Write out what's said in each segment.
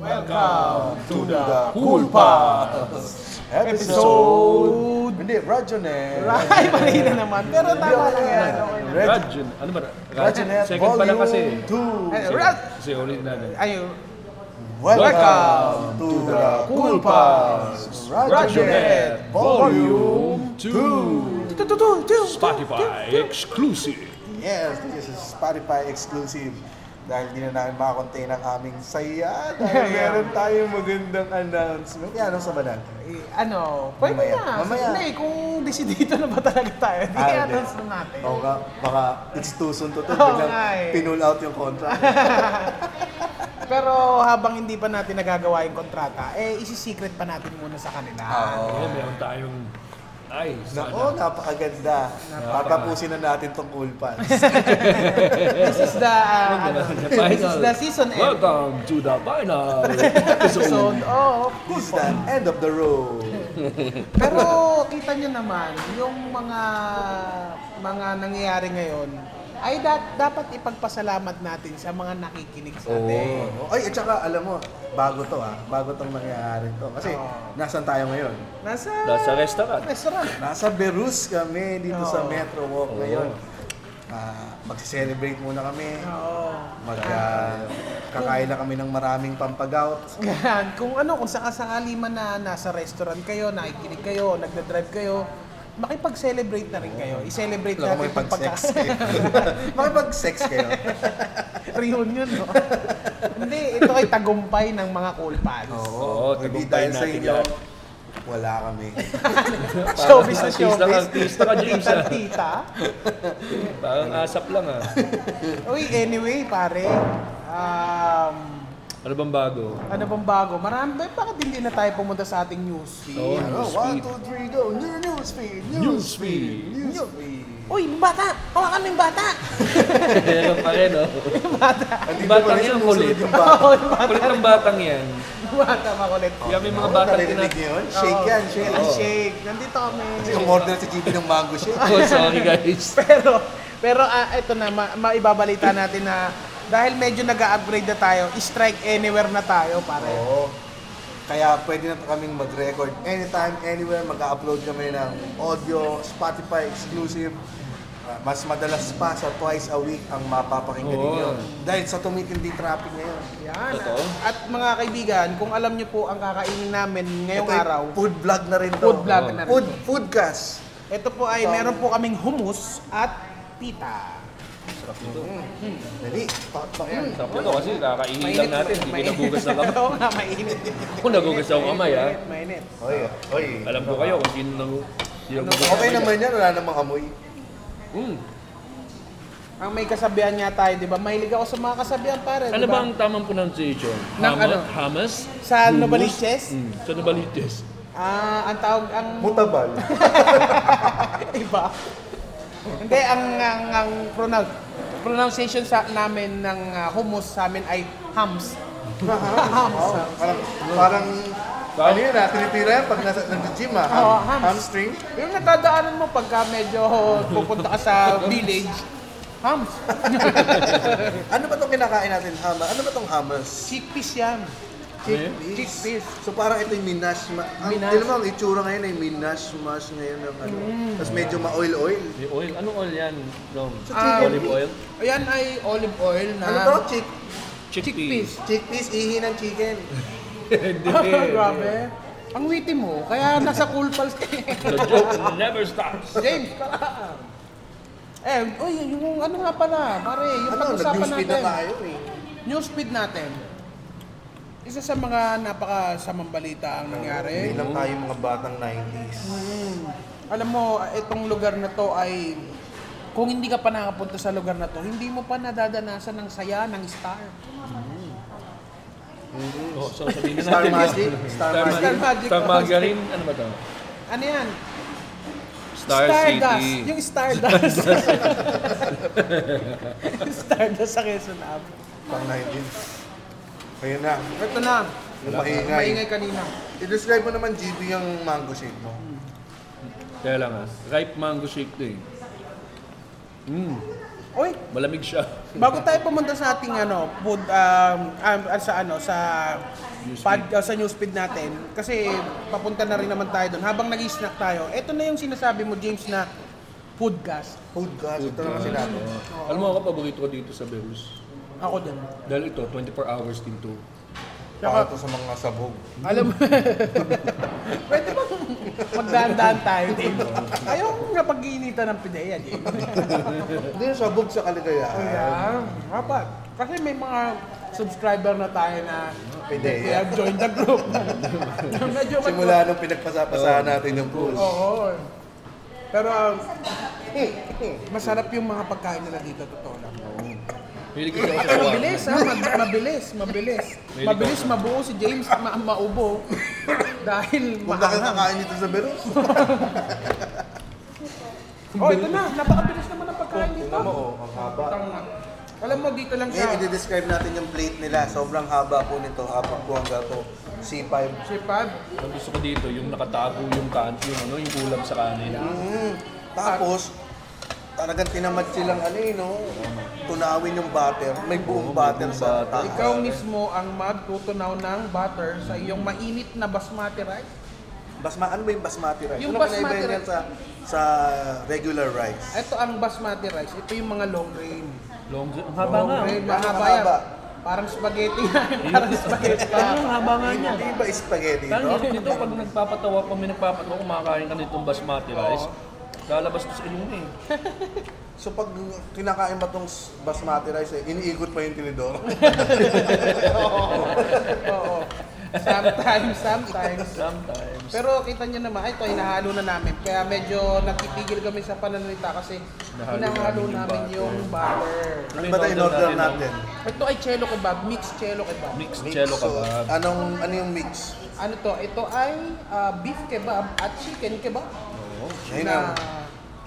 Welcome to the Cool Pass! Episode... Hindi, Radionet! Ay, mali na naman. Pero tama lang yan. Rad- Radjun. Ano ba? Radionet Second pa lang kasi. Volume 2! Ay, Rad... Kasi ulit na lang. Ayun. Welcome to the Cool Pass! Radionet Radionet Volume 2. 2! Tutututu. Spotify exclusive. Yes, this is a Spotify exclusive. Dahil di na namin makakontain ang aming saya. Dahil meron tayong magandang announcement. Yan, ano sa ba natin? Eh, Ano, pwede Mamaya. na. Mamaya. Hindi, kung desidito na ba talaga tayo, di Ah, i-announce na natin. Oo nga, baka it's too soon to tell. Oo Biglang nga eh. pinull out yung contract. Pero habang hindi pa natin nagagawa yung kontrata, eh, isi-secret pa natin muna sa kanila. Ayan, Eh, meron tayong... Ay, sana. Nako, napakaganda. Tatapusin na natin tong cool pants. This is the, uh, ano, this is the season Diba? end Welcome to the final episode. episode of This is the end of the road. Pero kita nyo naman, yung mga mga nangyayari ngayon, ay da- dapat ipagpasalamat natin sa mga nakikinig sa atin. Oo. Ay, at saka alam mo, bago to ah. Bago tong nangyayari to. Kasi, Oo. nasan tayo ngayon? Nasa, Nasa restaurant. restaurant. Nasa Berus kami dito sa Oo. Metro Walk ngayon. Ah, magse-celebrate muna kami. Oo. Mag, ah, kakain na kami ng maraming pampagaw. Yan. Kung ano, kung sakasakali man na nasa restaurant kayo, nakikinig kayo, nagda-drive kayo, makipag-celebrate na rin kayo. I-celebrate Alam mo, natin itong makipag-sex pagka- kayo. makipag-sex kayo. reunion, no? Hindi, ito ay tagumpay ng mga cool pals. Oo, Kung tagumpay hindi dahil sa natin inyo, yan. wala kami. Showbiz na Artista ka, showbiz. artista ka, James, ah. Tita-tita. Parang asap lang ah. Uy, anyway, pare. Um, Ano bang bago? ano bang bago? Marami ba? Bakit hindi na tayo pumunta sa ating newsfeed? Oo. Ano, one, two, three, go! New newsfeed! Newsfeed! Newsfeed. Newsfeed! Uy, yung bata! Hawakan mo yung bata! Meron pa rin oh. Andito Batang pa rin yan, sumusunod kulit. yung bata. Oo, yung bata. Kulit ng batang yan. Yung bata, makulit. Kaya may mga Oo, batang Naririnig niyo yun? Shake yan, shake. Ah, shake. Nandito kami. Kasi umorder si JP ng mango shake. Oh, sorry guys. Pero, pero ah, ito na, ma- maibabalita natin na dahil medyo nag-upgrade na tayo, strike anywhere na tayo, pare. Oo. Kaya pwede na kaming mag-record anytime, anywhere. Mag-upload kami ng audio, Spotify exclusive. Ah, mas madalas pa sa twice a week ang mapapakinggan Oo. ninyo. Dahil sa tumitindi traffic ngayon. Yan. Totoo. At mga kaibigan, kung alam nyo po ang kakainin namin ngayong Ito'y araw, Food vlog na rin to. Food vlog na rin Food, to. foodcast. ito po ay meron po kaming hummus at pita. Dali, pakpak yan. Sarap nito kasi kakainin lang natin, hindi pinagugas ng kamay. Oo nga, mainit. Kung nagugas ng kamay ah. Mainit, mainit. Oy, oy. Alam ko kayo kung sino nang sino gugas. Ano Okay naman yan, wala namang amoy. Mm. Ang may kasabihan niya tayo, di ba? Mahilig ako sa mga kasabihan, pare. di Ano ba ang tamang pronunciation? Ng Hama- ano? Hamas? Sa ano Hummus? Novaliches? Mm. Sa Novaliches. Ah, ang tawag, ang Mutabal. iba. Hindi, ang, ang, ang pronoun, pronunciation sa namin ng ah, hummus sa amin ay hams. Oo, parang, parang, ano yun ah, tinitira yan pag nasa, nag-gym ah. Ham, Oo, hams. Hamstring. Yung natadaanan mo pagka medyo pupunta ka sa village, hams. Ano ba itong kinakain natin, hama? Ano ba itong hamas? Chickpeas yan. Chickpeas. Chickpeas. So parang ito yung minash ma- ang, Minash. Alam mo, ang itsura ngayon ay minash mash ngayon ng ano. Mm. Tapos medyo ma-oil-oil. May oil. Anong oil yan? Dom? So Ah, chicken, olive oil? Ayan ay olive oil na... ano to? Chick, Chickpeas. chickpeas, ihi ng chicken. Hindi. Grabe. Ang witty mo, kaya nasa cool pals ka eh. The joke never stops. James, kalaan. Eh, uy, yung ano nga pala, pare, yung Ano, pag-usapan nag-newsfeed na natin. tayo eh. news feed natin. Isa sa mga napakasamang balita ang nangyari. Hindi lang tayo mga batang 90s. Hmm. Alam mo, itong lugar na to ay kung hindi ka pa nakapunta sa lugar na to, hindi mo pa nadadanasan ng saya ng star. Oh, so sabihin na Star natin. Magic, Star Star Magic. Star Magic. Magic. Star Margarine. Ano ba ito? Ano yan? Star Stardust. City. Yung Stardust. Stardust sa Quezon Ave. Pang 90s. Ayun na, Ito na. yung maingay. Maingay kanina. I-describe mo naman, GB, yung mango shake mo. Kaya lang ah. Ripe mango shake to eh. Mm. Uy, Malamig siya. Bago tayo pumunta sa ating ah, ano, food um, um, sa ano sa Newsfeed. Pod, uh, sa newsfeed natin. Kasi papunta na rin naman tayo doon. Habang nag-snack tayo, eto na yung sinasabi mo, James, na foodcast. Food gas, ito naman sinabi. Alam mo ako, paborito ko dito sa Berus. Ako din. Dahil ito, 24 hours din to. Para to sa mga sabog. Alam mo, pwede bang magdaan-daan tayo dito? Ayoko nga pag-iinitan ng pideya, James. Hindi yung sabog sa kaligayahan. Kaya, dapat. Kasi may mga subscriber na tayo na they Pideya. have joined the group. Medyo mag- Simula nung pinagpasapasahan natin yung pool. Oo. Pero, eh, masarap yung mga pagkain nila dito, totoo lang. Hilig kasi ako sa shawarma. Mabilis ha, Mag- mabilis, mabilis. Really Mabilis mabuo si James, ma maubo. Dahil Huwag na kayo maanghang. kakain dito sa Berus. Oh, ito na, napakabilis naman ang pagkain dito. Tingnan mo, oh, ang haba. Tama. Alam mo, dito lang Ngayon, siya. i-describe natin yung plate nila. Sobrang haba po nito. Hapak po hanggang to. C5. Sipag. Ang gusto ko dito, yung nakatago yung kan, yung ano, yung ulam sa kanin. Mm. Tapos, talagang tinamad silang ano eh, no? Tunawin yung butter. May buong butter sa taas. Ikaw mismo ang magtutunaw ng butter sa iyong mainit na basmati rice. Basma, ano ba yung basmati rice? Yung Ano basmati kinaiba yun rice- sa, sa regular rice? Ito ang basmati rice. Ito yung mga long grain. Long, ang haba nga. oh. Long grain, Ang mahaba yan. haba. Parang spaghetti nga. Parang spaghetti. Parang ang haba nga niya. Hindi ba spaghetti Parang ito? dito, dito, pag nagpapatawa, pag may nagpapatawa, kumakain ka nitong basmati rice, lalabas ko sa ilong eh. So pag kinakain ba itong basmati rice, eh, iniikot pa yung tinidor? Oo. Sometimes, sometimes. Sometimes. Pero kita niyo naman, ay, ito, hinahalo na namin. Kaya medyo nagtitigil kami sa pananalita kasi Hinahalo hinahalo namin yung namin yung butter. ano ba tayo order natin? Ito ay cello kebab, mixed cello kebab. Mixed cello So, kebab. Anong, ano yung mix? Ano to? Ito ay ah, beef kebab at chicken kebab. Ayun na. na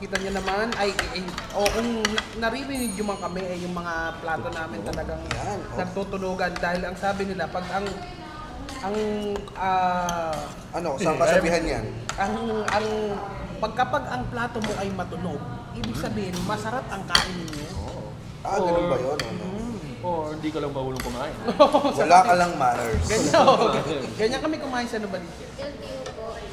kita niyo naman ay, ay o kung naririnig yung mga kami ay yung mga plato namin talagang Yan, oh. nagtutulugan dahil ang sabi nila pag ang ang ah, Ano, saan kasabihan yan? ang ang pagkapag ang plato mo ay matunog ibig sabihin masarap ang kain niyo Ah, ganun ba yun? Ano? Or Oh, hindi ka lang marunong kumain. Wala ka lang manners. ganyan oh, ganyan kami kumain sa Novaliches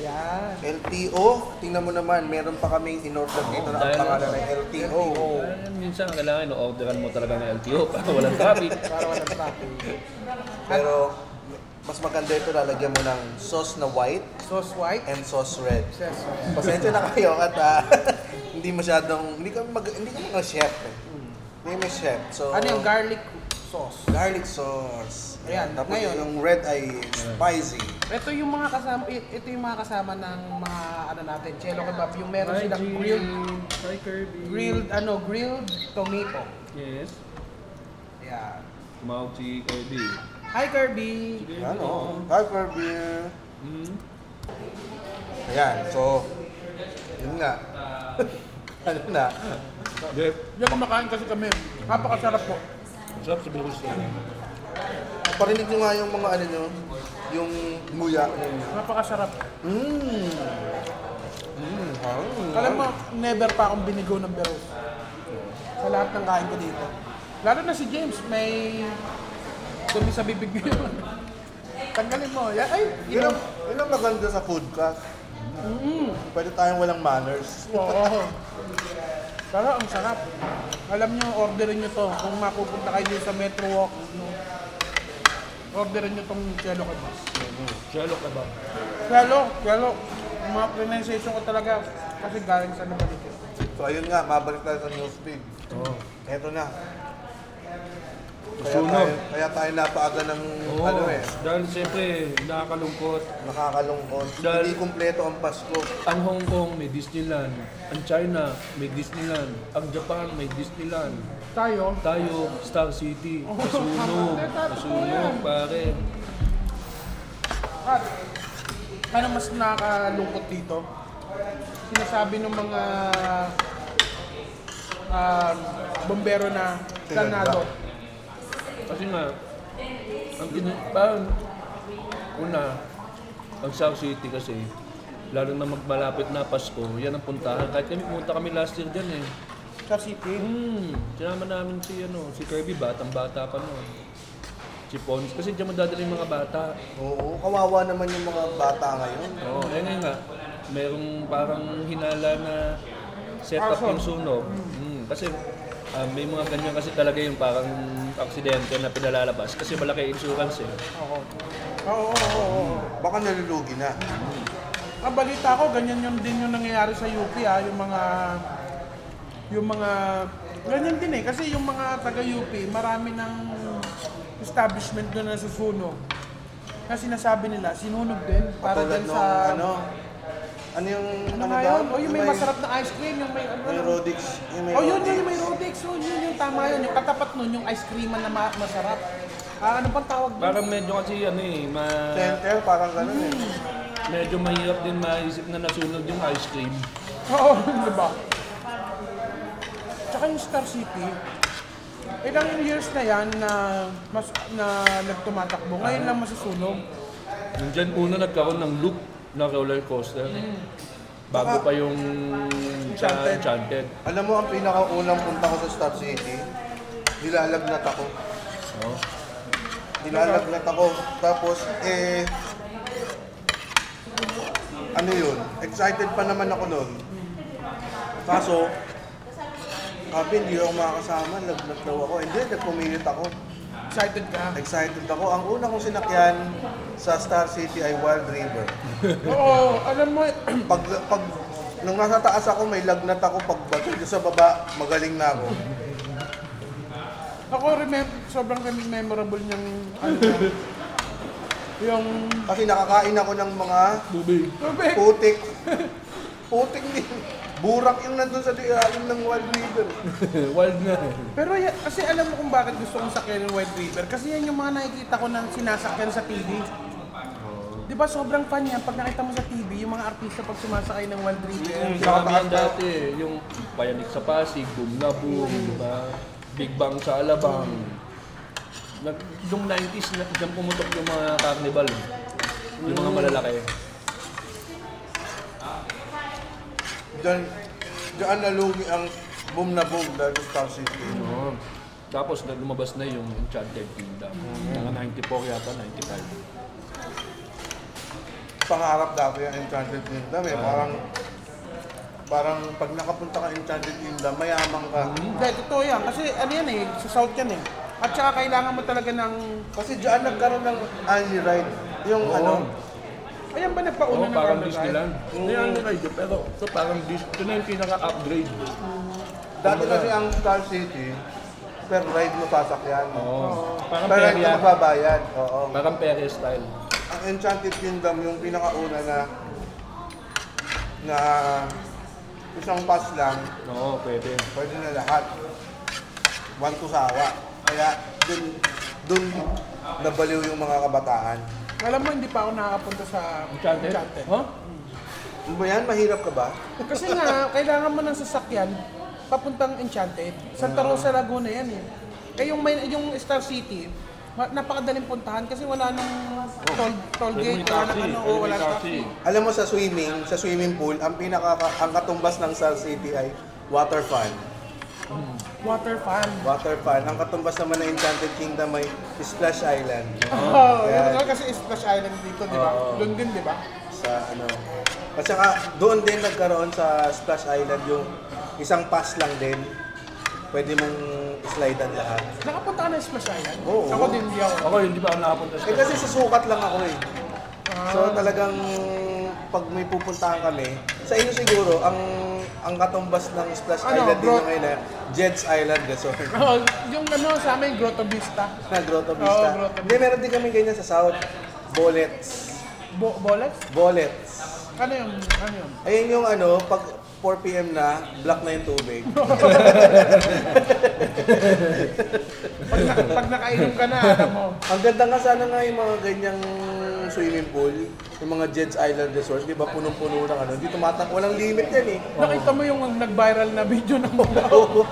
yan LTO, tingnan mo naman, meron pa kaming in-order dito Oh, na ang dahil- pangalan ng LTO. Ayan, Eh, minsan kailangan in-orderan mo talaga ng LTO para walang traffic. para walang traffic Pero mas maganda ito, lalagyan mo ng sauce na white sauce white and sauce red. Yes, sir. Pasensya na kayo at ah, hindi masyadong, hindi kami mag, hindi kami mga chef eh. Hindi may chef. So, Ano yung garlic sauce? garlic sauce. Ayan, Tapos ngayon. yung red ay spicy. Ito yung mga kasama, i- ito yung mga kasama ng mga ano natin, cello kebab, yung meron Hi, silang Jean. grilled, Hi, Kirby. grilled, ano, grilled tomato. Yes. Yeah. Tumawag si Kirby. Hi Kirby! Ano? Hyper beer. Hmm? Ayan, so, yun nga. ano na? Dep. Yung kumakain kasi kami, napakasarap po. Masarap sa Belarus. Parinig nyo nga yung mga ano nyo, yung nguya. Napakasarap. Mmm. Mmm. Alam mo, never pa akong binigo ng beros. Sa lahat ng kain ko dito. Lalo na si James, may dumi sa bibig niya. Tanggalin mo. Yan, ay, Yun inom. ang, yun ang maganda sa podcast. Mm. Pwede tayong walang manners. Oo. Pero ang sarap. Alam nyo, orderin nyo to. Kung mapupunta kayo dito sa Metro Walk, no? orderin nyo tong cello kebab. Cello kebab. Cello, cello. Yung Mga pronunciation ko talaga kasi galing sa Nabalikin. So ayun nga, mabalik tayo sa newsfeed. Oh. Eto na. Kaya Sunog. tayo, kaya tayo napaaga ng Oo. ano eh, Dahil siyempre, nakakalungkot. nakakalungkot. Dahil- Hindi kumpleto ang Pasko. Ang Hong Kong may Disneyland. Ang China may Disneyland. Ang Japan may Disneyland. Tayo, Tayo, Star City. Masunog. Masunog, pare. at ano mas nakakalungkot dito? Sinasabi ng mga um, bombero na ganado. Kasi nga, ang gina- parang, una, ang South City kasi, lalo na magmalapit na Pasko, yan ang puntahan. Kahit kami pumunta kami last year dyan eh. Sa city. Hmm, sinama namin si, ano, si Kirby, batang bata pa noon. chipons. Kasi diyan mo dadalhin yung mga bata. Oo, kawawa naman yung mga bata ngayon. Oo, eh ngayon nga, merong parang hinala na setup Arson. yung sunog. Mm, kasi ah, may mga ganyan kasi talaga yung parang aksidente na pinalalabas kasi malaki yung insurance eh. Oo. Oo, oo, oo, oo. Baka nalulugi na. Ang balita ko, ganyan yung din yung nangyayari sa UP ah, yung mga yung mga ganyan din eh kasi yung mga taga UP, marami ng establishment doon na susunog. Na sinasabi nila, sinunog din para Tulad din nung sa ano, ano yung ano nga daw? yun? O yung may Ano ba masarap na ice cream, yung may ano. Yung Rodix. Yung may oh, yun, Rodix. yun, yung may Rodex. Oh, yun, yung tama yun. Yung katapat nun, yung ice cream na ma- masarap. Ah, ano pang tawag doon? Parang medyo kasi ano eh, ma Center, parang ganun eh. Hmm. medyo mahirap din maisip na nasunog yung ice cream. Oo, di ba? Tsaka yung Star City, ilang years na yan na, mas, na nagtumatakbo. Ngayon lang masusunog. Yung dyan una nagkaroon ng loop na roller coaster. Bago pa yung sa Enchanted. Enchanted. Alam mo, ang pinakaunang punta ko sa Star City, nilalagnat ako. Oo. Nilalagnat ako. Tapos, eh, ano yun? Excited pa naman ako noon. Kaso, sabi, hindi ako makakasama. Lagnat daw ako. Hindi, nagpumilit ako. Excited ka? Excited ako. Ang una kong sinakyan sa Star City ay Wild River. Oo, alam mo, Pag, pag, nung nasa taas ako, may lagnat ako. Pag batid ko sa baba, magaling na ako. ako remember, sobrang mem- memorable niyang, ano, yung, Kasi nakakain ako ng mga Tubig. tubig. putik. Putik ni Burak yung nandun sa dialim ng Wild River. Wild na eh. Pero ya- kasi alam mo kung bakit gusto kong sakyan yung Wild River. Kasi yan yung mga nakikita ko na sinasakyan sa TV. Di ba sobrang fan yan pag nakita mo sa TV yung mga artista pag sumasakay ng Wild River. Marami yan dati eh. Yung Payanik sa Pasig, Boom na Boom, di ba? Big Bang sa Alabang. Nag, yung 90s, na, dyan pumutok yung mga carnival. eh. Yung mga malalaki. Diyan, diyan nalugi ang boom na boom dahil sa Star City. Oo. Tapos na lumabas na yung Enchanted Kingdom. Mga 94 yata, 95. Pangarap dati ang Enchanted Kingdom eh. Parang, parang pag nakapunta ka Enchanted Kingdom, mayaman ka. Hindi, totoo yan. Kasi ano yan eh, sa South yan eh. At saka kailangan mo talaga ng... Kasi diyan nagkaroon ng Annie Ride. Yung Oo. ano, Ayan ba Oo, Oh, nagpauna ng parang Roller Ride? Disneyland. Hindi yan ride, pero ito parang Disney. Ito na yung pinaka-upgrade. dati kasi ang Star City, per ride mo sasakyan. Oo. Parang Per ride perya. ka magbabayad. Oo. Parang perya style. ang Enchanted Kingdom yung pinakauna na na isang pass lang, Oo, pwede. pwede na lahat. One kusawa. Kaya dun, dun nabaliw yung mga kabataan. Alam mo, hindi pa ako nakakapunta sa Enchanted? Enchanted. Huh? Ano ba yan? Mahirap ka ba? Kasi nga, kailangan mo ng sasakyan papuntang Enchanted. Santa Rosa, Laguna yan eh. Kaya yung, may, yung Star City, ma- napakadaling puntahan kasi wala nang toll, toll Pwede may gate, wala nang taxi. ano, Pwede wala may nang taxi. taxi. Alam mo sa swimming, sa swimming pool, ang pinaka ang katumbas ng Star City ay water fun. Water fan. Water fun. Ang katumbas naman ng Enchanted Kingdom ay Splash Island. Oh, Yeah. yeah. kasi Splash Island dito, di ba? Oo. Doon din, di ba? sa ano. At saka doon din nagkaroon sa Splash Island yung isang pass lang din. Pwede mong slidean lahat. Nakapunta ka na Splash Island? Oo. Ako din, di ako. Ako, hindi pa ako nakapunta sa Eh kasi susukat lang ako eh. So Ah. talagang pag may pupuntahan kami, sa inyo siguro ang ang katumbas ng Splash Ano, Island din bro? yung ngayon na Jets Island Resort. Oh, yung ano sa amin, Grotto Vista. na Grotto Vista. Oo, Grotto Hindi, meron din kami ganyan sa South. Bullets. Bo Bolex? Bullets. Ano yun? Ano yun? Ayun yung ano, pag 4 p.m. na, black na yung tubig. Pag, na, pag nakainom ka na, alam mo. Ang ganda nga sana nga yung mga ganyang swimming pool, yung mga Jed's Island Resort, di ba punong-puno ng ano, hindi tumatak, walang limit yan eh. Nakita mo yung nag-viral na video ng Oo.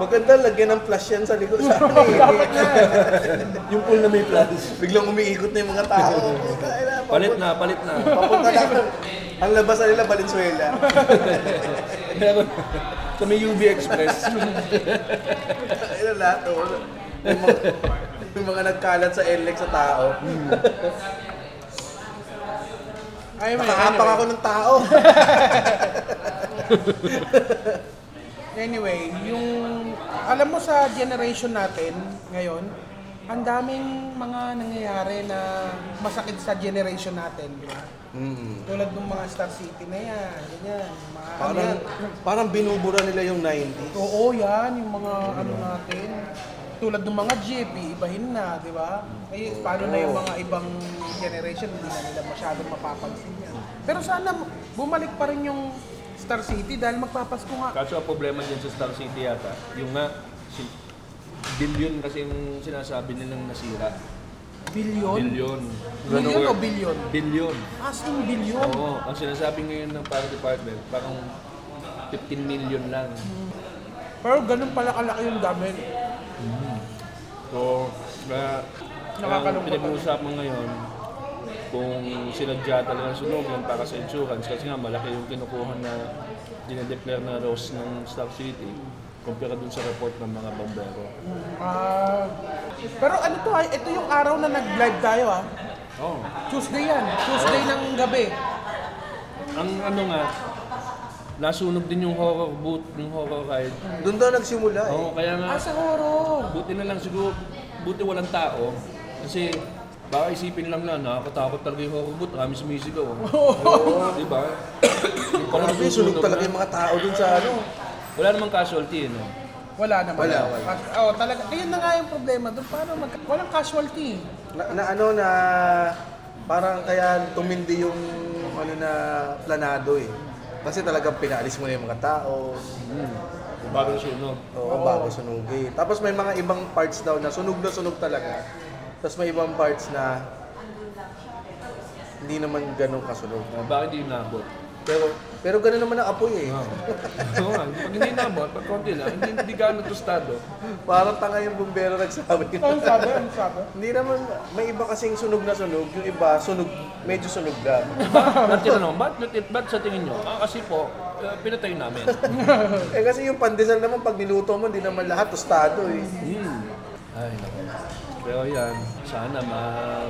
Maganda, lagyan ng flash yan sa likod sa akin. Yung pool na may plans. Biglang umiikot na yung mga tao. Puta, ay, na, Palit papunta- na, palit na. Papunta na. Ang labasan nila, Valenzuela. Meron. Sa may UV Express. Ay, na lahat. oo. yung mga, yung mga nagkalat sa NLEX sa tao. Ay, may ano, Nakaapak ako ng tao. Anyway, yung alam mo sa generation natin ngayon, ang daming mga nangyayari na masakit sa generation natin, di ba? Mm. Tulad ng mga Star City na yan, ganyan, mga ano Parang, yan. parang binubura nila yung 90s. Oo, yan, yung mga ano natin. Tulad ng mga jeep, ibahin na, di ba? Eh, paano na yung mga ibang generation, hindi na nila masyadong mapapansin yan. Pero sana bumalik pa rin yung Star City dahil magpapasko nga. Kaso ang problema dyan sa Star City yata, yung nga, si, billion kasi yung sinasabi nilang nasira. Bilyon? Billion. Million o billion? Billion. Asking billion. Oo, ang sinasabi ngayon ng para department, parang 15 million lang. Pero ganun pala kalaki yung dami. So, na, Nakakalungkot ang pinag-uusapan ngayon, kung sinadya talaga sunugan para sa insurance, kasi nga malaki yung kinukuha na dinedeclare na loss ng Star City kumpara dun sa report ng mga bombero. Ah. pero ano to, ay, ito yung araw na nag-live tayo ah. Oo. Oh. Tuesday yan. Tuesday ng gabi. Ang ano nga, nasunog din yung horror boot, yung horror ride. Doon daw nagsimula eh. Oo, kaya nga, Ah, sa horror. buti na lang siguro, buti walang tao. Kasi, baka isipin lang na, nakakatakot talaga yung horror boot, kami sumisigaw. oh. Oo. Diba? Yung pala Grabe, Ano sunog nasusunog talaga na. yung mga tao doon sa ano. Wala namang casualty, eh, no? Wala naman. Wala, wala. At, oh, talaga. Ayun na nga yung problema doon. Paano mag... Walang casualty. Na, na ano na parang kaya tumindi yung ano na planado eh. Kasi talagang pinaalis mo na yung mga tao. Hmm. Bago sunog. Oo, bago sunugin. Tapos may mga ibang parts daw na sunog na sunog talaga. Tapos may ibang parts na hindi naman ganun kasunog. Uh, bakit hindi nabot? Pero pero ganun naman ang apoy eh. Oo. Oo nga, pag hindi nabot, pag konti lang, hindi, hindi gano'n tostado. Parang tanga yung bumbero nagsabi. Ang sabi, ang sabi. hindi naman, may iba kasing sunog na sunog. Yung iba, sunog, medyo sunog lang. At Diba? tinanong, ba't, ba't, ba't sa tingin nyo? Ah, kasi po, eh, pinatay namin. Eh kasi yung pandesal naman, pag niluto mo, hindi naman lahat tostado eh. Hmm. Ay, naku. Pero yan, sana ma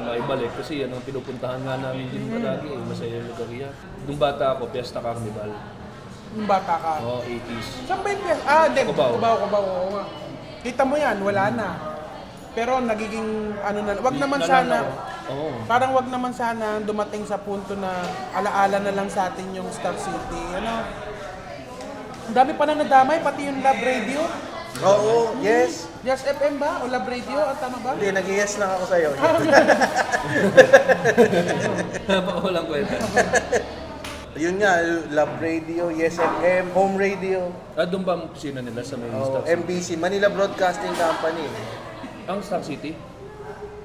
maibalik kasi yan ang pinupuntahan nga namin Mm-hmm. din palagi eh, masaya yung lugar yan. Nung bata ako, Fiesta Carnival. Yung bata ka. Oo, 80s. Saan ba yung piyes- Ah, hindi. Kubaw. Kubaw. Kubaw, kubaw. Oo nga. Kita mo yan, wala na. Pero nagiging ano na, wag naman Nalala sana, ko. Oo. parang wag naman sana dumating sa punto na alaala na lang sa atin yung Star City. Ano? Ang dami pa na nadamay, pati yung Lab Radio. Oo, yes. Yes FM ba? O Lab Radio? At tama ba? Hindi, nag-yes lang ako sa'yo. Baka walang kwenta. Yun nga, Love Radio, Yes FM, Home Radio, Ah, doon ba ang kusina nila sa may oh, Stock City? MBC, Manila Broadcasting Company. Ang Stock City?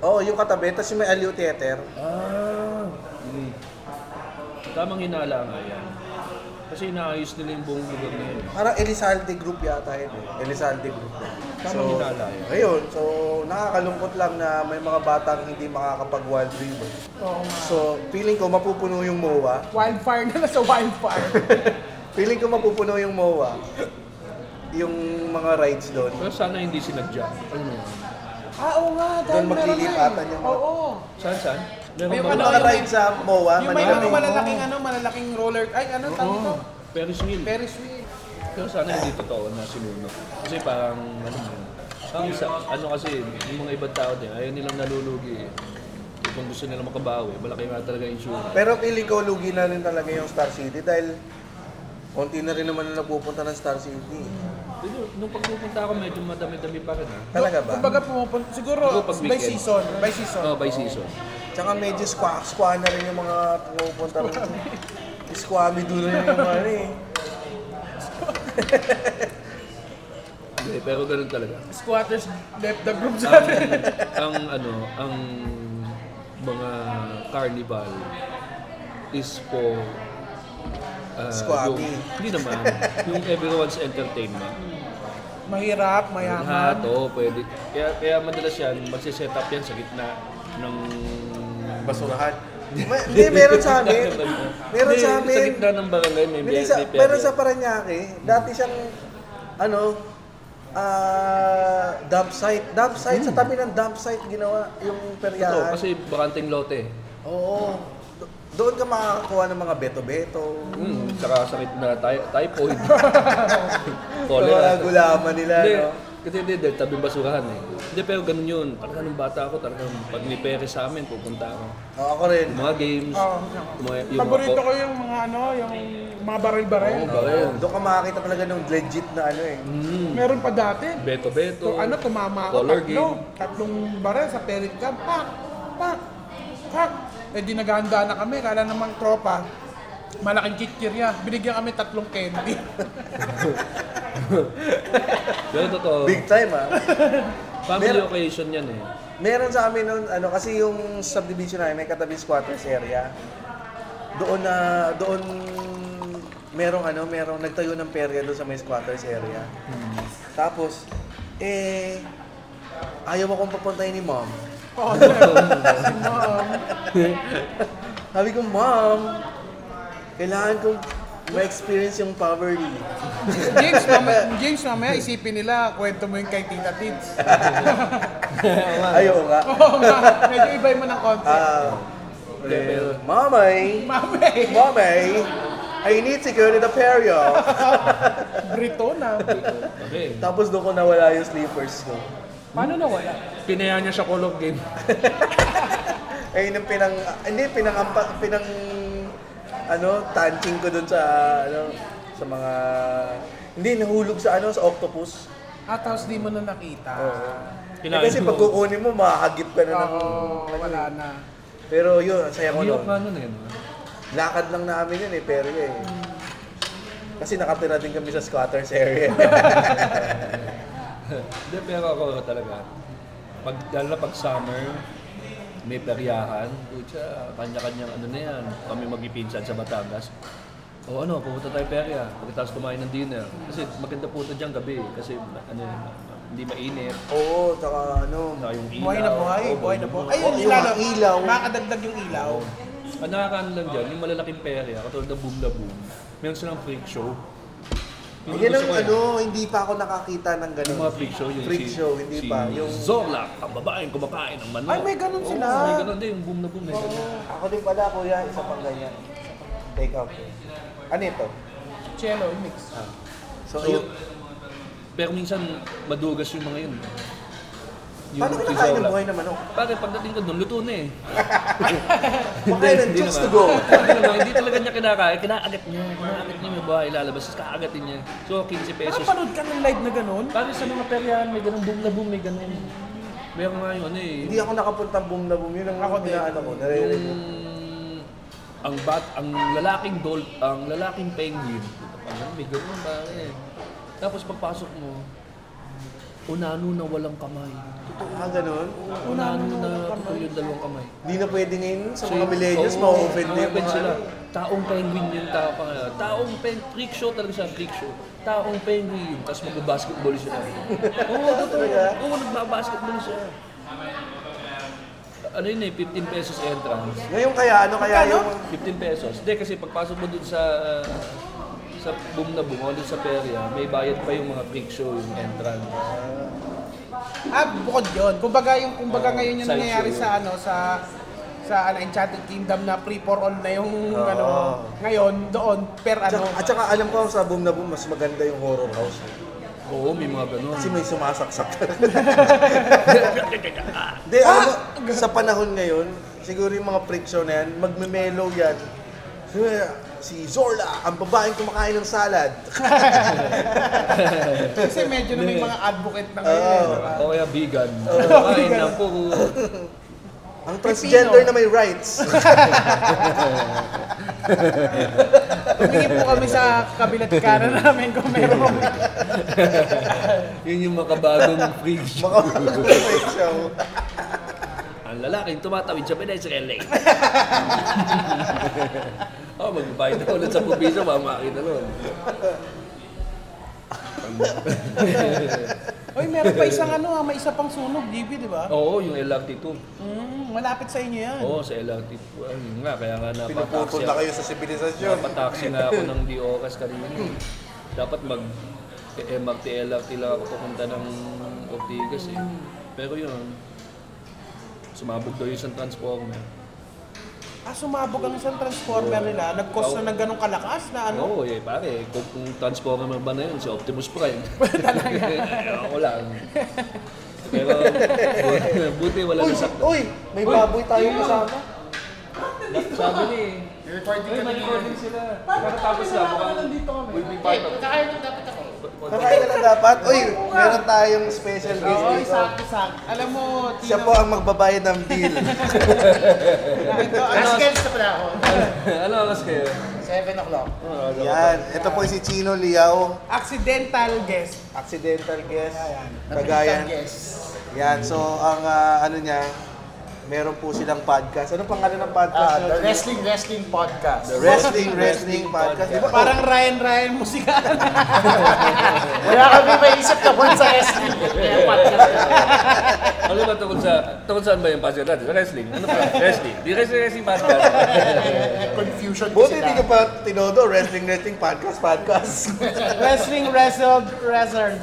Oo, yung katabi, tapos yung may Aliw Theater. Ah, hindi. Tamang hinala nga yan. Kasi inaayos nila yung buong lugar na yun. Parang Elizalde Group yata yun. eh. Elizalde Group. Tamang hinala yun. ayun, so nakakalungkot lang na may mga batang hindi makakapag wild river. Oo nga. So, feeling ko mapupuno yung MOA. Wildfire na nasa wildfire. Feeling ko mapupuno yung MOA. Yung mga rides doon. Pero sana hindi sinadya. Ano yun? ah, oo nga. Dahil Doon meron na eh. maglilipatan yung mga- Oo. Saan, saan? Yung Meron Yung ba? mga rides sa MOA, Ano Yung may Manila ano, Bay. malalaking ano, malalaking roller. Ay, ano, tawag Oo, ito? Ferris wheel. Ferris wheel. Pero sana hindi totoo na sinunog. Kasi parang, ano yun, ang isa, ano kasi, yung mga ibang tao din, ayaw nilang nalulugi eh. Kung gusto nila makabawi, malaki nga talaga yung insurance. Pero feeling ko lugi na rin talaga yung Star City dahil konti na rin naman na napupunta ng Star City. Pero nung pagpupunta ako, medyo madami-dami pa rin ah. Talaga ba? Kumbaga pumupunta, siguro Siguro pag by weekend. season, by season. Oh, by season. Tsaka medyo squawk-squaw na rin yung mga pumupunta rin. Squabby doon rin yung mga ano eh. Hindi, pero ganun talaga. Squatters left the group sa ang, atin. ang ano, ang mga carnival is for uh, Squabby. yung- Hindi naman. Yung everyone's entertainment. Mahirap, Lahat, mayaman. oo, pwede. Kaya, kaya madalas yan, magsiset up yan sa gitna ng... Basurahan. Ma- Hindi, meron sa amin. Meron sa Sa amin. gitna ng barangay, may, may, Hindi, sa, may meron pwede. sa Paranaque. Dati siyang, ano, ah, dump site. Dump site, sa tabi ng dump site ginawa yung Ito, peryahan. Hmm. kasi bakanteng lote. Oo. Do- doon ka makakakuha ng mga beto-beto. Hmm, tsaka sakit na ty- typhoid. Mga Cholera. gulaman nila, Hindi, no? kasi hindi, dahil tabing basurahan eh. Hindi, pero ganun yun. Talaga nung bata ako, talagang pag may pere sa amin, pupunta ako. Oo, ako rin. Yung mga games, Oo. yung mga... yung mga Oh, Paborito po- ko yung mga ano, yung mga baril-baril. Oo, baril. Doon ka makakita talaga ng legit na ano eh. Mm, Meron pa dati. beto-beto. So, ano, tumama ako, Color tatlo. game. Tatlong baril sa pellet gun. Pak! Pak! Pak! Eh, di naghahanda na kami. Kala namang tropa. Malaking kikirya. Binigyan kami tatlong candy. Pero totoo, Big time, ah. family Mer- occasion yan eh. Meron sa amin noon, ano, kasi yung subdivision namin, may katabi squatters area. Doon na, doon, merong ano, merong nagtayo ng perya doon sa may squatters area. Tapos, eh, ayaw akong papuntahin ni mom. Oo, sir. Kasi mom, Sabi ko, mom, kailangan kong ma-experience yung poverty. James, mamaya, James, mamaya isipin nila, kwento mo yung kay Tita Tids. Ayaw nga. Oo nga, medyo iba mo ng konti. Ah, well, mommy, Mamay, mommy, I need to go to the perya. Brito na. Okay. Tapos doon ko nawala yung slippers ko. Paano na wala? Pinaya niya siya color game. Ayun yung pinang, hindi, pinang, pinang, ano, tanking ko doon sa, ano, sa mga, hindi, nahulog sa, ano, sa octopus. At tapos di mo na nakita. Eh, kasi pag kukunin mo, makakagip ka na ng, Oo, wala na. pero yun, ang saya ko Hirap nun. nga nun eh. no? Lakad lang namin yun eh, pero yun eh. Kasi nakatira din kami sa squatters area. Hindi, pero ako talaga. Pag, lalo na pag summer, may peryahan. Pucha, kanya-kanyang ano na yan. Kami magipinsan sa Batangas. O ano, pupunta tayo perya. Pagkatapos kumain ng dinner. Kasi maganda punta dyan gabi. Kasi ano, yun, hindi mainit. Oo, tsaka ano, Saka yung ilaw. Buhay na buhay, Oo, buhay na Oh, buhay. Ayun, yung ilaw. ilaw. Makakadagdag yung ilaw. Ang nakakaano lang dyan, yung malalaking perya, katulad ng Boom La Boom, meron silang freak show. Yung Yan ang gusto ko yan. ano, hindi pa ako nakakita ng ganun. Yung mga freak show yun. Freak show, hindi si pa. Yung- Zorla, ang babaeng kumakain ng manok. Ay, may ganun Oo, sila. may ganun din, yung boom na boom. May ganun. Ako din pala, kuya, isa pang ganyan. Take out. Ano ito? Cello, mix. So, So, yun. pero minsan, madugas yung mga yun. Paano ka si nakain ng Zorla. buhay Oh, na manok? Pare, pagdating ko doon, luto na eh. Makain ng Hindi chicks to naman. go. Hindi naman, hindi talaga niya kinakain. Kinaagat niya, kinaagat niya yung bahay lalabas. Tapos kaagatin niya. So, 15 pesos. Nakapanood ka ng live na ganun? Pare, sa mga peryahan, may ganun boom na boom, may ganun. Meron nga yun ano eh. Hindi ako nakapunta boom na boom. Yun ang Ako ako din. pinaano ko. Naririnig ko. Yung- ang bat ang lalaking dol ang lalaking penguin ano may ganun ba eh tapos pagpasok mo unano na walang kamay Ah, ganun? unano na tutuloy yung dalawang kamay Hindi na pwede ngayon sa mga yun- millennials, oo, oh, ma-offend na yung ma-offend mga sila. ano. Taong penguin yung tao pa nga. Taong pen, freak show talaga siya, freak show. Taong penguin, tapos magbabasketball siya. Oo, totoo. Talaga? Oo, nagbabasketball siya. Ano yun eh, 15 pesos entrance. Ngayon kaya, ano kaya Magkano? yung... 15 pesos. Hindi, kasi pagpasok mo dun sa uh, sa boom na boom, o dun sa perya, may bayad pa yung mga freak show, yung entrance. Ah, bukod yun. Kumbaga, yung, kumbaga ngayon yung side nangyayari show sa ano, sa sa ano, Enchanted Kingdom na free for all na yung Oo. ano, ngayon, doon, per At ano. saka- At saka alam ko sa boom na boom, mas maganda yung horror house. Oo, may mga ganun. Kasi may sumasaksak. Hindi, alam mo, sa panahon ngayon, siguro yung mga freak show na yan, magme-mellow yan. Si Zorla, ang babaeng kumakain ng salad. Kasi medyo na may mga advocate na ngayon. eh, diba? O kaya vegan. Kumain ng puro. Ang transgender Pipino. na may rights. Tumingin po kami sa kabilat kanan namin kung meron. Yun yung makabagong freak show. Makapagod na freak show. Ang lalaking tumatawid sa pedestrian lane. oh, magbabayad na ulit sa pubiso, mamakita nun. Uy, meron pa isang ano, ah, may isa pang sunog, GB, di ba? Oo, yung LRT2. Mm, malapit sa inyo yan. Oo, sa LRT2. Ayun nga, kaya nga napataksi Pinupukol na kayo sa sibilisasyon. Napataksi nga ako ng Diokas kanina. Dapat mag eh, MRT, LRT lang ako papunta ng Ortigas eh. Pero yun, sumabog daw yung isang transformer. Ah, sumabog ang isang transformer nila. Nag-cause na ng ganong kalakas na Oo ano. eh, pare, kung, kung transformer ba na yun, si Optimus Prime. Talaga? ako lang. Pero, buti wala Uy, nasak- uy, may baboy tayong kasama. Sabi ni, recording kami. recording sila. Nakatapos na ako. We'll be part of Kakain ko Eh, dapat ako. Kakain na lang dapat. Uy, meron tayong special guest Oo, dito. sakto-sakto. Oh, Alam mo, Tino, Siya po ang magbabayad ng bill. ito, ano, Haskins na pala ako. ano Ah, oras kayo? 7 o'clock. Yan. Ito po si Chino Liao, accidental guest. accidental guest. Isang Kagayan. guest. Yan. So, ang ah, ano niya, meron po silang podcast. Anong pangalan ng podcast? Ah, the Wrestling Wrestling Podcast. The Wrestling Wrestling Podcast. Di ba? oh, Parang Ryan Ryan musika. Wala kami maisip na buwan sa wrestling. Kaya podcast na. Ano ba tungkol sa, tungkol saan ba yung podcast natin? Sa wrestling? Ano pa? Wrestling. Di wrestling, wrestling podcast. Confusion ko Buti sila. hindi nyo pa tinodo, Wrestling Wrestling Podcast Podcast. Wrestling wrestled wrestlers.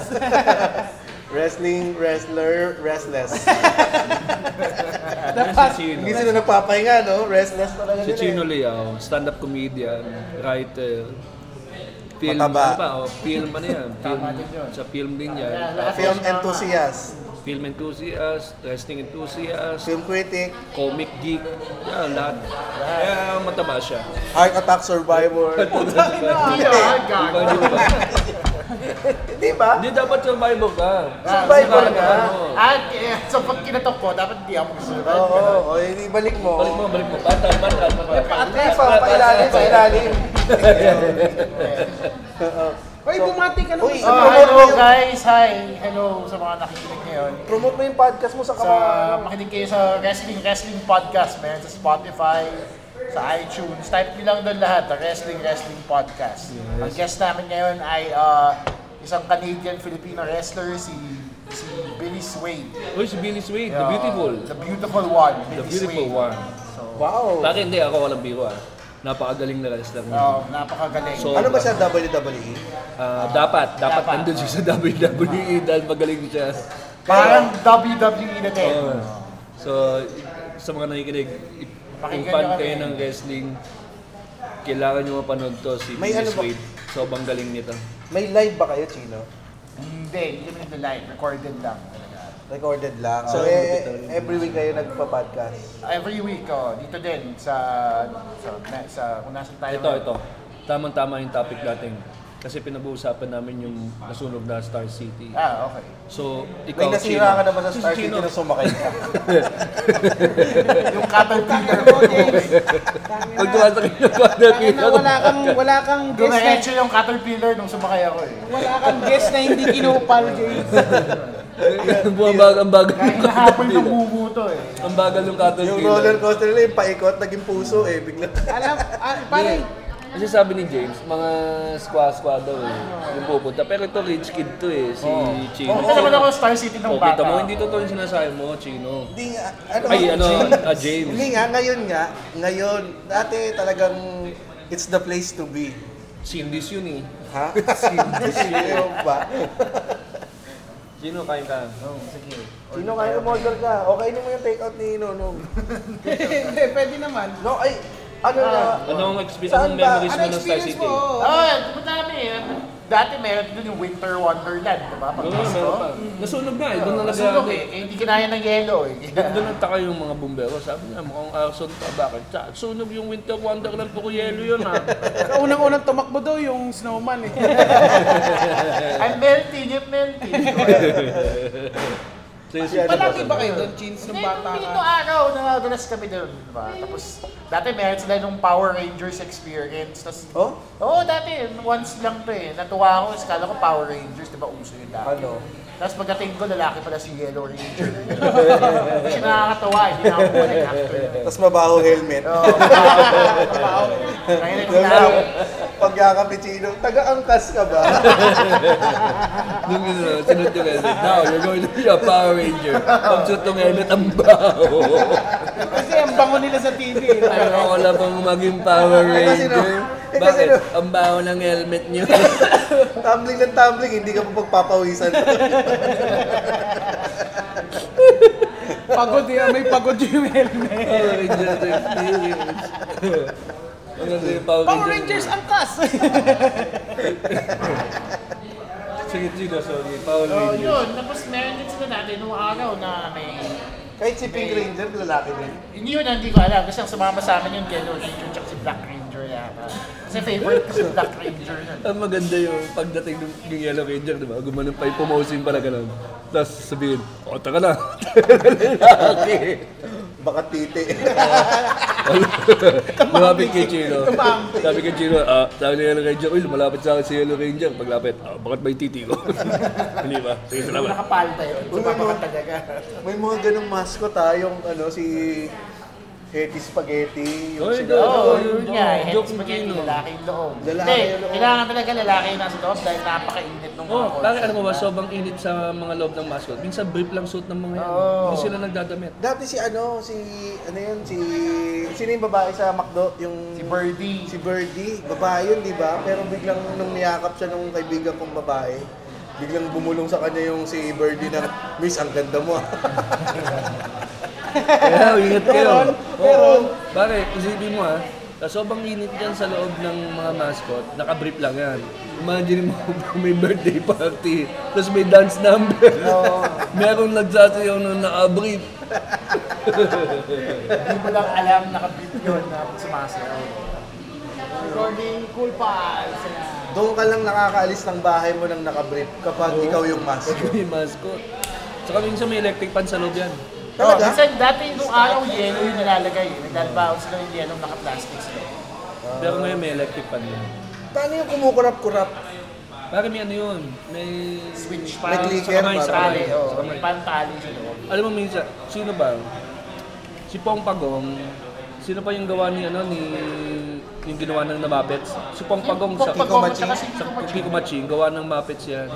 Wrestling Wrestler Restless. Yan si Chino. Hindi sila nagpapahinga, no? Restless talaga Si nila. eh. Chino Liao, stand-up comedian, writer, film, Mataba. ano pa, oh, film ano yan, film, sa film din yan, eh. Film enthusiast. film enthusiast, wrestling enthusiast, Film critic. comic geek, yan, lahat. Kaya mataba siya. Heart attack survivor. Hindi ah, gago. Iba, iba. Hindi ba? Hindi dapat survivor ka. Survivor ka. Oo. At eh, so pag kinatok ko, dapat hindi ako Oo, magsulat. oo. O, hindi balik mo. Balik mo, balik mo. Patal, patal, patal. Hindi, pa, pailalim, pailalim. Uy, bumati ka naman Uy. sa Oh, hello guys. Hi. Hello sa mga nakikinig ngayon. Promote mo yung podcast mo sa Sa kama. makinig kayo sa Wrestling Wrestling Podcast, man. Sa Spotify, sa iTunes. Type nyo lang doon lahat, the Wrestling Wrestling Podcast. Ang guest namin ngayon ay ah, isang Canadian-Filipino wrestler, si si Billy Swade. Uy, si Billy Sweet, the beautiful. The beautiful one. The Billy beautiful one. Swade. Wow. Bakit hindi ako walang biro ah. Napakagaling na wrestler niya. Oh, napakagaling. So, Ano ba siya, E? WWE? Ah, dapat, dapat Dapat. nandun siya sa WWE dahil magaling siya. Parang WWE na din. Oo. So, sa mga nakikinig, i- kung Pakinggan fan nyo kami. kayo ng wrestling, kailangan nyo mapanood to si May Billy ano ba- Sweet. Sobrang galing nito. May live ba kayo, Chino? Hindi, hindi naman ito live. Recorded lang. Recorded lang. So, Oo, eh, recorded. every week kayo nagpa-podcast. Every week, oh, dito din sa, sa, na- sa kung nasan tayo. Ito, ito. Tamang-tama yung topic natin. Kasi pinag-uusapan namin yung nasunog na Star City. Ah, okay. So, ikaw, May nasira ka na ba sa Si Star City Chino. na sumakay ka? Yung Caterpillar. Pag tumasakit na ko, Bakit na wala kang wala kang guest Dumiretso yung Caterpillar nung sumakay ako eh. na, wala kang guest na hindi kinupal James. Bumabag ang bagal Kaya ng hinahabol ng Caterpillar. bubu to eh. Ang bagal ng Caterpillar. yung roller coaster nila, yung paikot, naging puso eh. Bigla. Alam, ah, pare, Kasi sabi ni James, mga squad-squad daw eh, yung pupunta. Pero ito, rich kid to eh, si Chino. Pumunta naman ako sa Star City ng Oh, bata. kita mo, hindi totoo yung sinasabi mo, Chino. Hindi nga, ano? Ay, ano, ah, James. Hindi nga, ngayon nga, ngayon, dati talagang it's the place to be. Sindis yun eh. Ha? Sindis yun. Sino ba? Chino, kain ka. Oh, sige. Sino kaya umorder ka? O kainin mo yung takeout ni Nonong. hindi, pwede naman. No, ay, ano na? Anong experience, Saan anong ba? memories Ano mo ng Star City? experience mo? Oo, Ah, pumunta kami eh. Dati meron doon yung Winter Wonderland, di ba? Pag meron Pasko. pa. Nasunog na eh, doon na Nasunog nag- eh. Eh, Hindi kinaya ng yelo eh. Doon nagtaka yung mga bumbero. Sabi niya, mukhang arson ka. Bakit? Sa, sunog yung winter wonderland po ko yelo yun ha. Kaunang-unang tumakbo daw yung snowman eh. I'm melting, I'm melting. So yung sitio Palagi ba? ba kayo doon, Chins, nung bata May ka? nung araw, nangagulas kami doon, di ba? Tapos, dati meron sila nung Power Rangers experience. Tapos, Oh? Oo, dati, once lang to eh. Natuwa ako, kasi kala ko Power Rangers, di ba uso yun dati. Ano? Tapos pagdating ko, lalaki pala si Yellow Ranger. Kasi nakakatawa, hindi na ako bumalik after. Tapos mabaho helmet. Oo, kapaw. Kaya Pero, nagkilala. pagkakape Chino, taga-angkas ka ba? Nung ano, sunod yung helmet. Now, you're going to be a Power Ranger. Pag-shoot ng helmet, ang baho. Kasi ang bango nila sa TV. eh. Ayaw ko lang bang maging Power Eh, kasi Ranger. no- eh, kasi Bakit? no- Ang baho ng helmet niyo. tumbling ng tumbling, hindi ka pa pagpapawisan. Pagod yun, may pagod yung helmet. Power Ranger to experience. Ang ganda yung Power Power Rangers. Rangers angkas! Sige, Gino, sorry. Power So, Rangers. yun. Tapos meron din sila dati nung araw na may... Kahit si Pink Ranger, lalaki din. Yun, hindi ko alam. Kasi ang sumama sa amin yung Yellow Ranger tsaka si Black Ranger yata. Kasi favorite ko si Black Ranger nun. Ang maganda yung pagdating ng ng Yellow Ranger, di ba? Gumanong pa yung pumosin pala ganun. Tapos sabihin, o, taka na. Lalaki. Baka titi. Lumapit kay Chino. Sabi kay Chino, ah, sabi ni Yellow Ranger, uy, lumalapit sa akin si Yellow Ranger. Paglapit, ah, bakit may titi ko? Hindi ba? Sige, salamat. Nakapalta yun. So, Uy, papakanta talaga. May mga ganong mascot ha, yung ano, si Hetty Spaghetti, yung Oy, si go. Oo, Oo, yun yun, nga. oo. eh. Joke Hence, magiging Pinoy. lalaki yung loob. Lalaki Hindi, yung loob. kailangan talaga lalaki yung nasa loob dahil napakainit nung Oh, mga pare kotse, ano mo ba, diba? sobrang init sa mga loob ng mascot. Minsan brief lang suit ng mga yan. Oo. Hindi sila nagdadamit. Dati si ano, si, ano yun, si, sino yung babae sa McDo? Yung, Si Birdie. Si Birdie, babae yun, di ba? Pero biglang nung niyakap siya nung kaibigan kong babae, biglang bumulong sa kanya yung si Birdie na, Miss, ang ganda mo ah." Kaya, Oh, ingat kayo. Meron, meron. Pare, isipin mo ha, sa sobrang init yan sa loob ng mga mascot, naka-brief lang yan. Imagine mo kung may birthday party, tapos may dance number. Merong nagsasayaw na naka-brief. Hindi mo lang alam, nakabit yun na sumasayaw. Recording cool pa. Doon ka lang nakakaalis ng bahay mo nang nakabrief kapag ikaw yung mascot. May mascot. Saka minsan may electric fan sa loob yan. Oh, Talaga? minsan dati nung araw, yellow yung nilalagay. eh. Naglalabao sila yung yellow naka-plastic sila. Ah. Pero ngayon may electric fan yan. Paano yung kumukurap-kurap? Pare, may ano yun, may... Switch May pa. clicker, Sa kamay, sa parang- kamay. sa Oh, kamay. pantali sa loob. Alam mo minsan, sino ba? Si Pong Pagong, sino pa yung gawa ni ano, ni... yung ginawa ng The Muppets? Si Pong Pagong sa... Pong Pagong. Maching. Sa Sa Kiko Maching, gawa ng Muppets yan.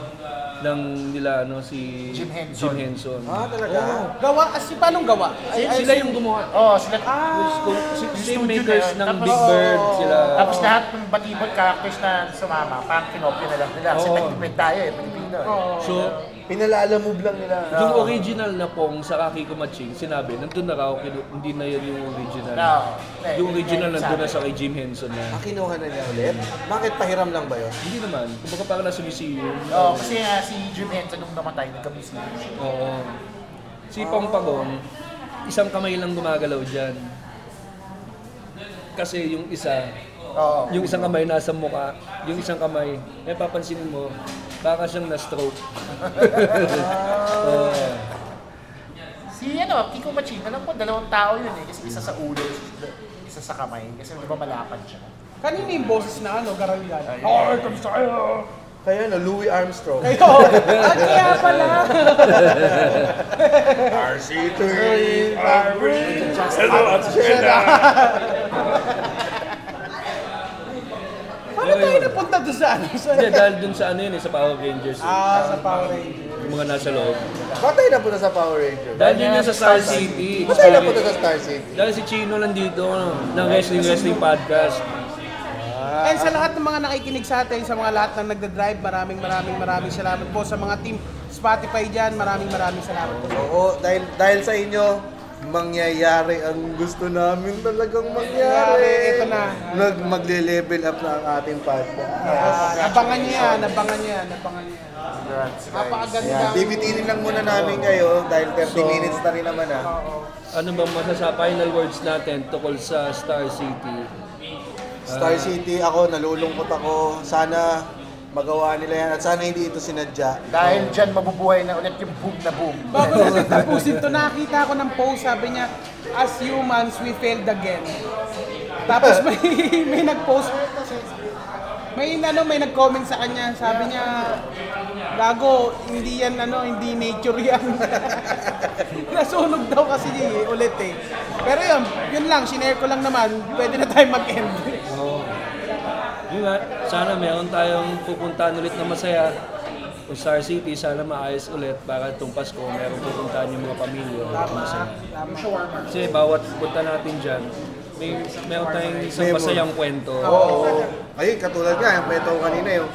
Ng nila, ano, si... Jim Henson. Jim Henson. Ah, talaga? gawa, as, si paanong gawa? Si- sila yung gumawa. Oh, sila. Si- yung Same studio makers na ng yun. Tapos- Ah, Big Bird, sila. Tapos lahat ng batibot characters na sumama, parang kinopya na lang nila. Kasi Oo. nagtipid tayo eh, Pilipino eh. So, Pinalala-move lang nila. Yung original na pong sa Kaki Kumaching, sinabi, nandun na raw, kinu- hindi na yun yung original. No. Eh, Yung original nandun na sa... sa kay Jim Henson na. Ah, kinuha na niya ulit? Bakit pahiram lang ba yun? Hindi naman. Kumbaga parang nasa museum. Oo, kasi ah, si Jim Henson nung namatay, nagka-busy. Oo. Si Pong Pagong, isang kamay lang gumagalaw dyan. Kasi yung isa, Oo. yung isang kamay nasa mukha, yung isang kamay, eh papansinin mo, baka siyang na-stroke. Oo. Si ano, Kiko Machino, alam ko dalawang tao yun eh. Kasi isa sa ulo, isa sa kamay. Kasi di ba malapad siya. Kanina yung boses na ano, garalian. Oh, ito sa kayo! Kaya ano, Louis Armstrong. Kayo! Ah, kaya pala! RC3, Armstrong. Paano tayo napunta doon sa ano? Sa, Hindi, dahil dun sa ano yun eh, sa Power Rangers. eh, ah, sa Power Rangers. Yung mga nasa loob. Ba't tayo napunta sa Power Ranger? Dahil yun yung sa Star City. Ba't tayo napunta sa Star City? Dahil si Chino nandito, ano, ng Wrestling Wrestling Podcast. Ah. And sa lahat ng mga nakikinig sa atin, sa mga lahat ng nagda-drive, maraming maraming maraming salamat po. Sa mga team Spotify dyan, maraming maraming salamat po. Oo, dahil, dahil sa inyo, mangyayari ang gusto namin talagang Mangyayari, mangyari. ito na. Nag, magle-level up na ang ating podcast. Ah, abangan niya, yan, abangan niya, yan, abangan niya. yan. Napakaganda. Yan, bibitinin lang muna namin kayo dahil 30 So- minutes na rin naman ah. Oo. Ano bang masasa final words natin tukol sa Star City? Star City ako, nalulungkot ako. Sana magawa nila yan at sana hindi ito sinadya. Dahil dyan mabubuhay na ulit yung boom na boom. Bago natin tapusin to, nakita ko ng post, sabi niya, as humans, we failed again. Tapos may, may nag-post, may ano, may nag-comment sa kanya, sabi niya, Gago, hindi yan ano, hindi nature yan. Nasunog daw kasi ulit eh. Pero yun, yun lang, sinare ko lang naman, pwede na tayo mag-end. Oo. Yun nga, sana meron tayong pupuntahan ulit na masaya. Kung Star City, sana maayos ulit para itong Pasko meron pupuntahan yung mga pamilya. Tama, tama. Kasi bawat punta natin dyan, may meron tayong isang Memory. masayang kwento. Oo. Ay, katulad nga, yung kwento ko kanina yung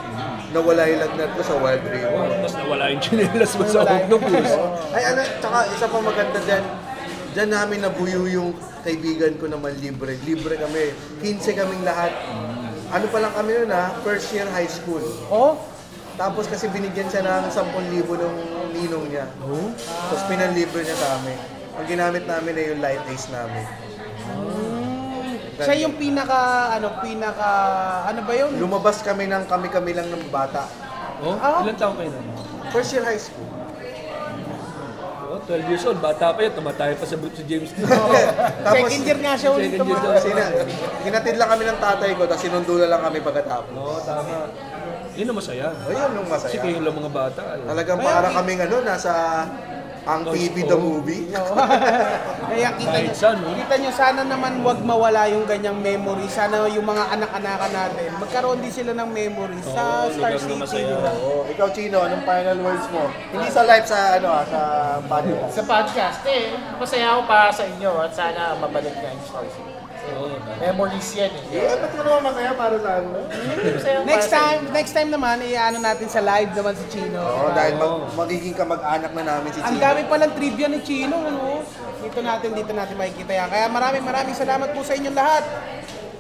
nawala yung lagnat ko sa wild river. Tapos nawala yung chinelas mo sa hog ng bus. Ay, ano, tsaka isa pa maganda dyan, dyan namin nabuyo yung kaibigan ko naman libre. Libre kami. 15 kaming lahat. Ano pa lang kami noon ha, first year high school. Oh, Tapos kasi binigyan siya ng 10,000 ng ninong niya. Oh. Tapos pinanlibre niya sa amin. Ang ginamit namin ay yung light ace namin. siya yung pinaka, ano, pinaka, ano ba yun? Lumabas kami ng kami-kami lang ng bata. Oh, Ah. ilan taong kayo na? First year high school. Oh, 12 years old, bata pa yun, tumatay pa sa boot si James. Second year nga siya ulit Second year tumakas. daw siya. Sina, hinatid lang kami ng tatay ko, tapos sinundo na lang kami pagkatapos. Oo, tama. Yun ang masaya. O yun, nung Kasi masaya. kayo lang mga bata. eh. Talagang Kaya para may- kaming ano, nasa ang Oh, TV the oh. movie. Kaya kita Kahit nyo, saan, no? kita nyo, sana naman wag mawala yung ganyang memory. Sana yung mga anak-anakan natin, magkaroon din sila ng memory sa Oo, Star lugar na City. masaya. di ba? Oo. Ikaw, Chino, anong final words mo? Hindi sa live, sa ano ah, sa podcast. Sa podcast, eh, masaya ako para sa inyo at sana mabalik na yung story. Oo, tama. Memories yan eh. Eh, ba't ka naman masaya para sa ano? Masaya ako Next para sa time, next time naman, iaano natin sa live naman si Chino. Oo, dahil mag- magiging kamag-anak na namin si Ang Chino. dami palang trivia ni Chino, ano? Dito natin, dito natin makikita yan. Kaya maraming maraming salamat po sa inyong lahat.